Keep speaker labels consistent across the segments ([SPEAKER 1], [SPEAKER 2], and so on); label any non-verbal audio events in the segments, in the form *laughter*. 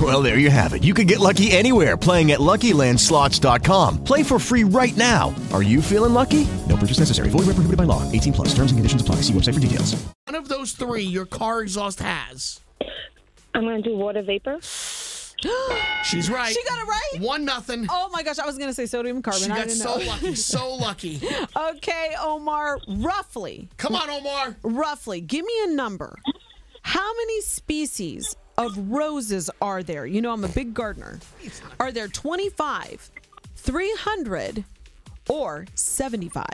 [SPEAKER 1] Well, there you have it. You can get lucky anywhere playing at LuckyLandSlots.com. Play for free right now. Are you feeling lucky? No purchase necessary. Void where prohibited by law. 18 plus. Terms and conditions apply. See website for details.
[SPEAKER 2] of those three your car exhaust has.
[SPEAKER 3] I'm gonna do water vapor.
[SPEAKER 2] She's right.
[SPEAKER 4] She got it right?
[SPEAKER 2] One nothing.
[SPEAKER 4] Oh my gosh, I was gonna say sodium carbon.
[SPEAKER 2] She
[SPEAKER 4] I
[SPEAKER 2] got
[SPEAKER 4] didn't
[SPEAKER 2] so
[SPEAKER 4] know.
[SPEAKER 2] *laughs* lucky,
[SPEAKER 4] *laughs*
[SPEAKER 2] so lucky.
[SPEAKER 4] Okay, Omar, roughly,
[SPEAKER 2] Come on, Omar.
[SPEAKER 4] roughly, give me a number. How many species of roses are there? You know, I'm a big gardener. Are there 25, 300, or 75?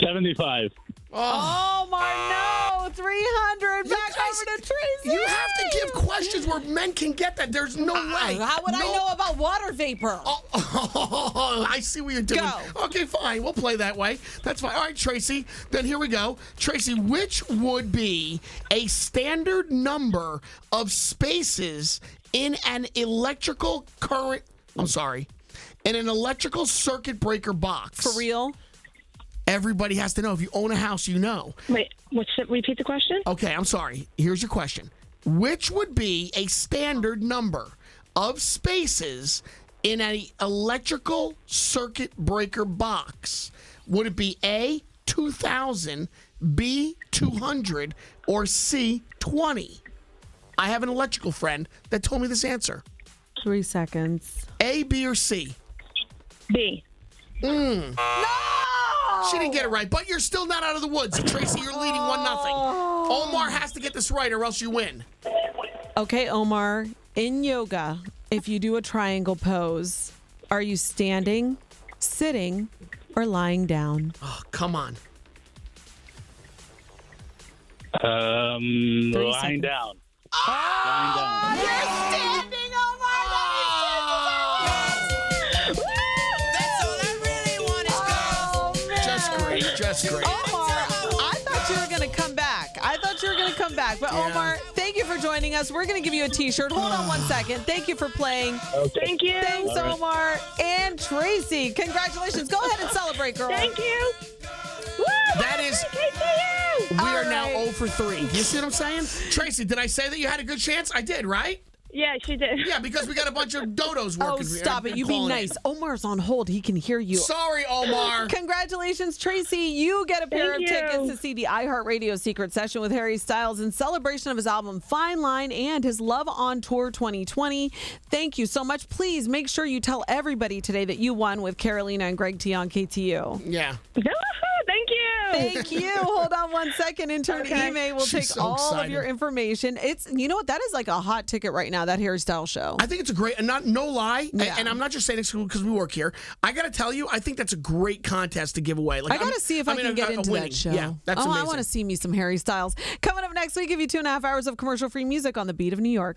[SPEAKER 5] Seventy-five.
[SPEAKER 4] Omar, Oh, no, 300. Back
[SPEAKER 2] Oh. guys-
[SPEAKER 4] over to Tracy. Uh,
[SPEAKER 2] You have to give questions where men can get that. There's no way.
[SPEAKER 4] How would
[SPEAKER 2] No-
[SPEAKER 4] I know about water vapor?
[SPEAKER 2] Oh, *laughs* I see what you're doing.
[SPEAKER 4] Go.
[SPEAKER 2] Okay, fine. We'll play that way. That's fine. All right, Tracy. Then here we go. Tracy, which would be a standard number of spaces in an electrical current? I'm sorry. in an electrical circuit breaker box. For
[SPEAKER 4] real?
[SPEAKER 2] Everybody has to know. If you own a house, you know.
[SPEAKER 3] Wait, what's the, repeat the question?
[SPEAKER 2] Okay, I'm sorry. Here's your question. Which would be a standard number of spaces in an electrical circuit breaker box? Would it be A, 2,000, B, 200, or C, 20? I have an electrical friend that told me this answer.
[SPEAKER 4] Three seconds.
[SPEAKER 2] A, B, or C?
[SPEAKER 3] B.
[SPEAKER 2] Mm. She didn't get it right, but you're still not out of the woods. Tracy, you're leading 1 nothing. Omar has to get this right or else you win.
[SPEAKER 4] Okay, Omar, in yoga, if you do a triangle pose, are you standing, sitting, or lying down?
[SPEAKER 2] Oh, come on.
[SPEAKER 5] Um,
[SPEAKER 4] seconds.
[SPEAKER 5] lying down.
[SPEAKER 4] Oh,
[SPEAKER 2] Just great. Just great.
[SPEAKER 4] Omar, I thought you were going to come back. I thought you were going to come back. But Omar, thank you for joining us. We're going to give you a t shirt. Hold on one second. Thank you for playing.
[SPEAKER 3] Thank you.
[SPEAKER 4] Thanks,
[SPEAKER 3] All right.
[SPEAKER 4] Omar and Tracy. Congratulations. Go ahead and celebrate, girl.
[SPEAKER 3] Thank you.
[SPEAKER 2] That is. We are now 0 for 3. You see what I'm saying? Tracy, did I say that you had a good chance? I did, right?
[SPEAKER 3] Yeah, she did. *laughs*
[SPEAKER 2] Yeah, because we got a bunch of dodos
[SPEAKER 4] Oh,
[SPEAKER 2] working.
[SPEAKER 4] stop it. You be
[SPEAKER 2] calling
[SPEAKER 4] nice. Omar's on hold. He can hear you.
[SPEAKER 2] Sorry, Omar.
[SPEAKER 4] Congratulations, Tracy. You get a pair
[SPEAKER 3] Thank
[SPEAKER 4] of tickets
[SPEAKER 3] you.
[SPEAKER 4] to see the iHeartRadio Secret Session with Harry Styles in celebration of his album Fine Line and his Love on Tour 2020. Thank you so much. Please make sure you tell everybody today that you won with Carolina and Greg T on KTU.
[SPEAKER 2] Yeah.
[SPEAKER 3] Thank you. *laughs*
[SPEAKER 4] Thank you. Hold on one second. Intern
[SPEAKER 3] Okay.
[SPEAKER 4] Ime will
[SPEAKER 2] She's
[SPEAKER 4] take
[SPEAKER 2] so
[SPEAKER 4] all of
[SPEAKER 2] excited.
[SPEAKER 4] your information. It's you know what? That is like a hot ticket right now, that Harry Styles show.
[SPEAKER 2] I think it's a great, and not no lie, a-
[SPEAKER 4] Yeah.
[SPEAKER 2] and I'm not just saying this because we work here. I gotta tell you, I think that's a great contest to give away. Like,
[SPEAKER 4] I got
[SPEAKER 2] I'm-
[SPEAKER 4] to see if I,
[SPEAKER 2] mean,
[SPEAKER 4] can
[SPEAKER 2] a-
[SPEAKER 4] get
[SPEAKER 2] a
[SPEAKER 4] into
[SPEAKER 2] winning.
[SPEAKER 4] that show.
[SPEAKER 2] Yeah, that's
[SPEAKER 4] oh, I
[SPEAKER 2] amazing.
[SPEAKER 4] want to see me some Harry Styles. Coming up next, we give you two and a half hours of commercial free music on the beat of New York.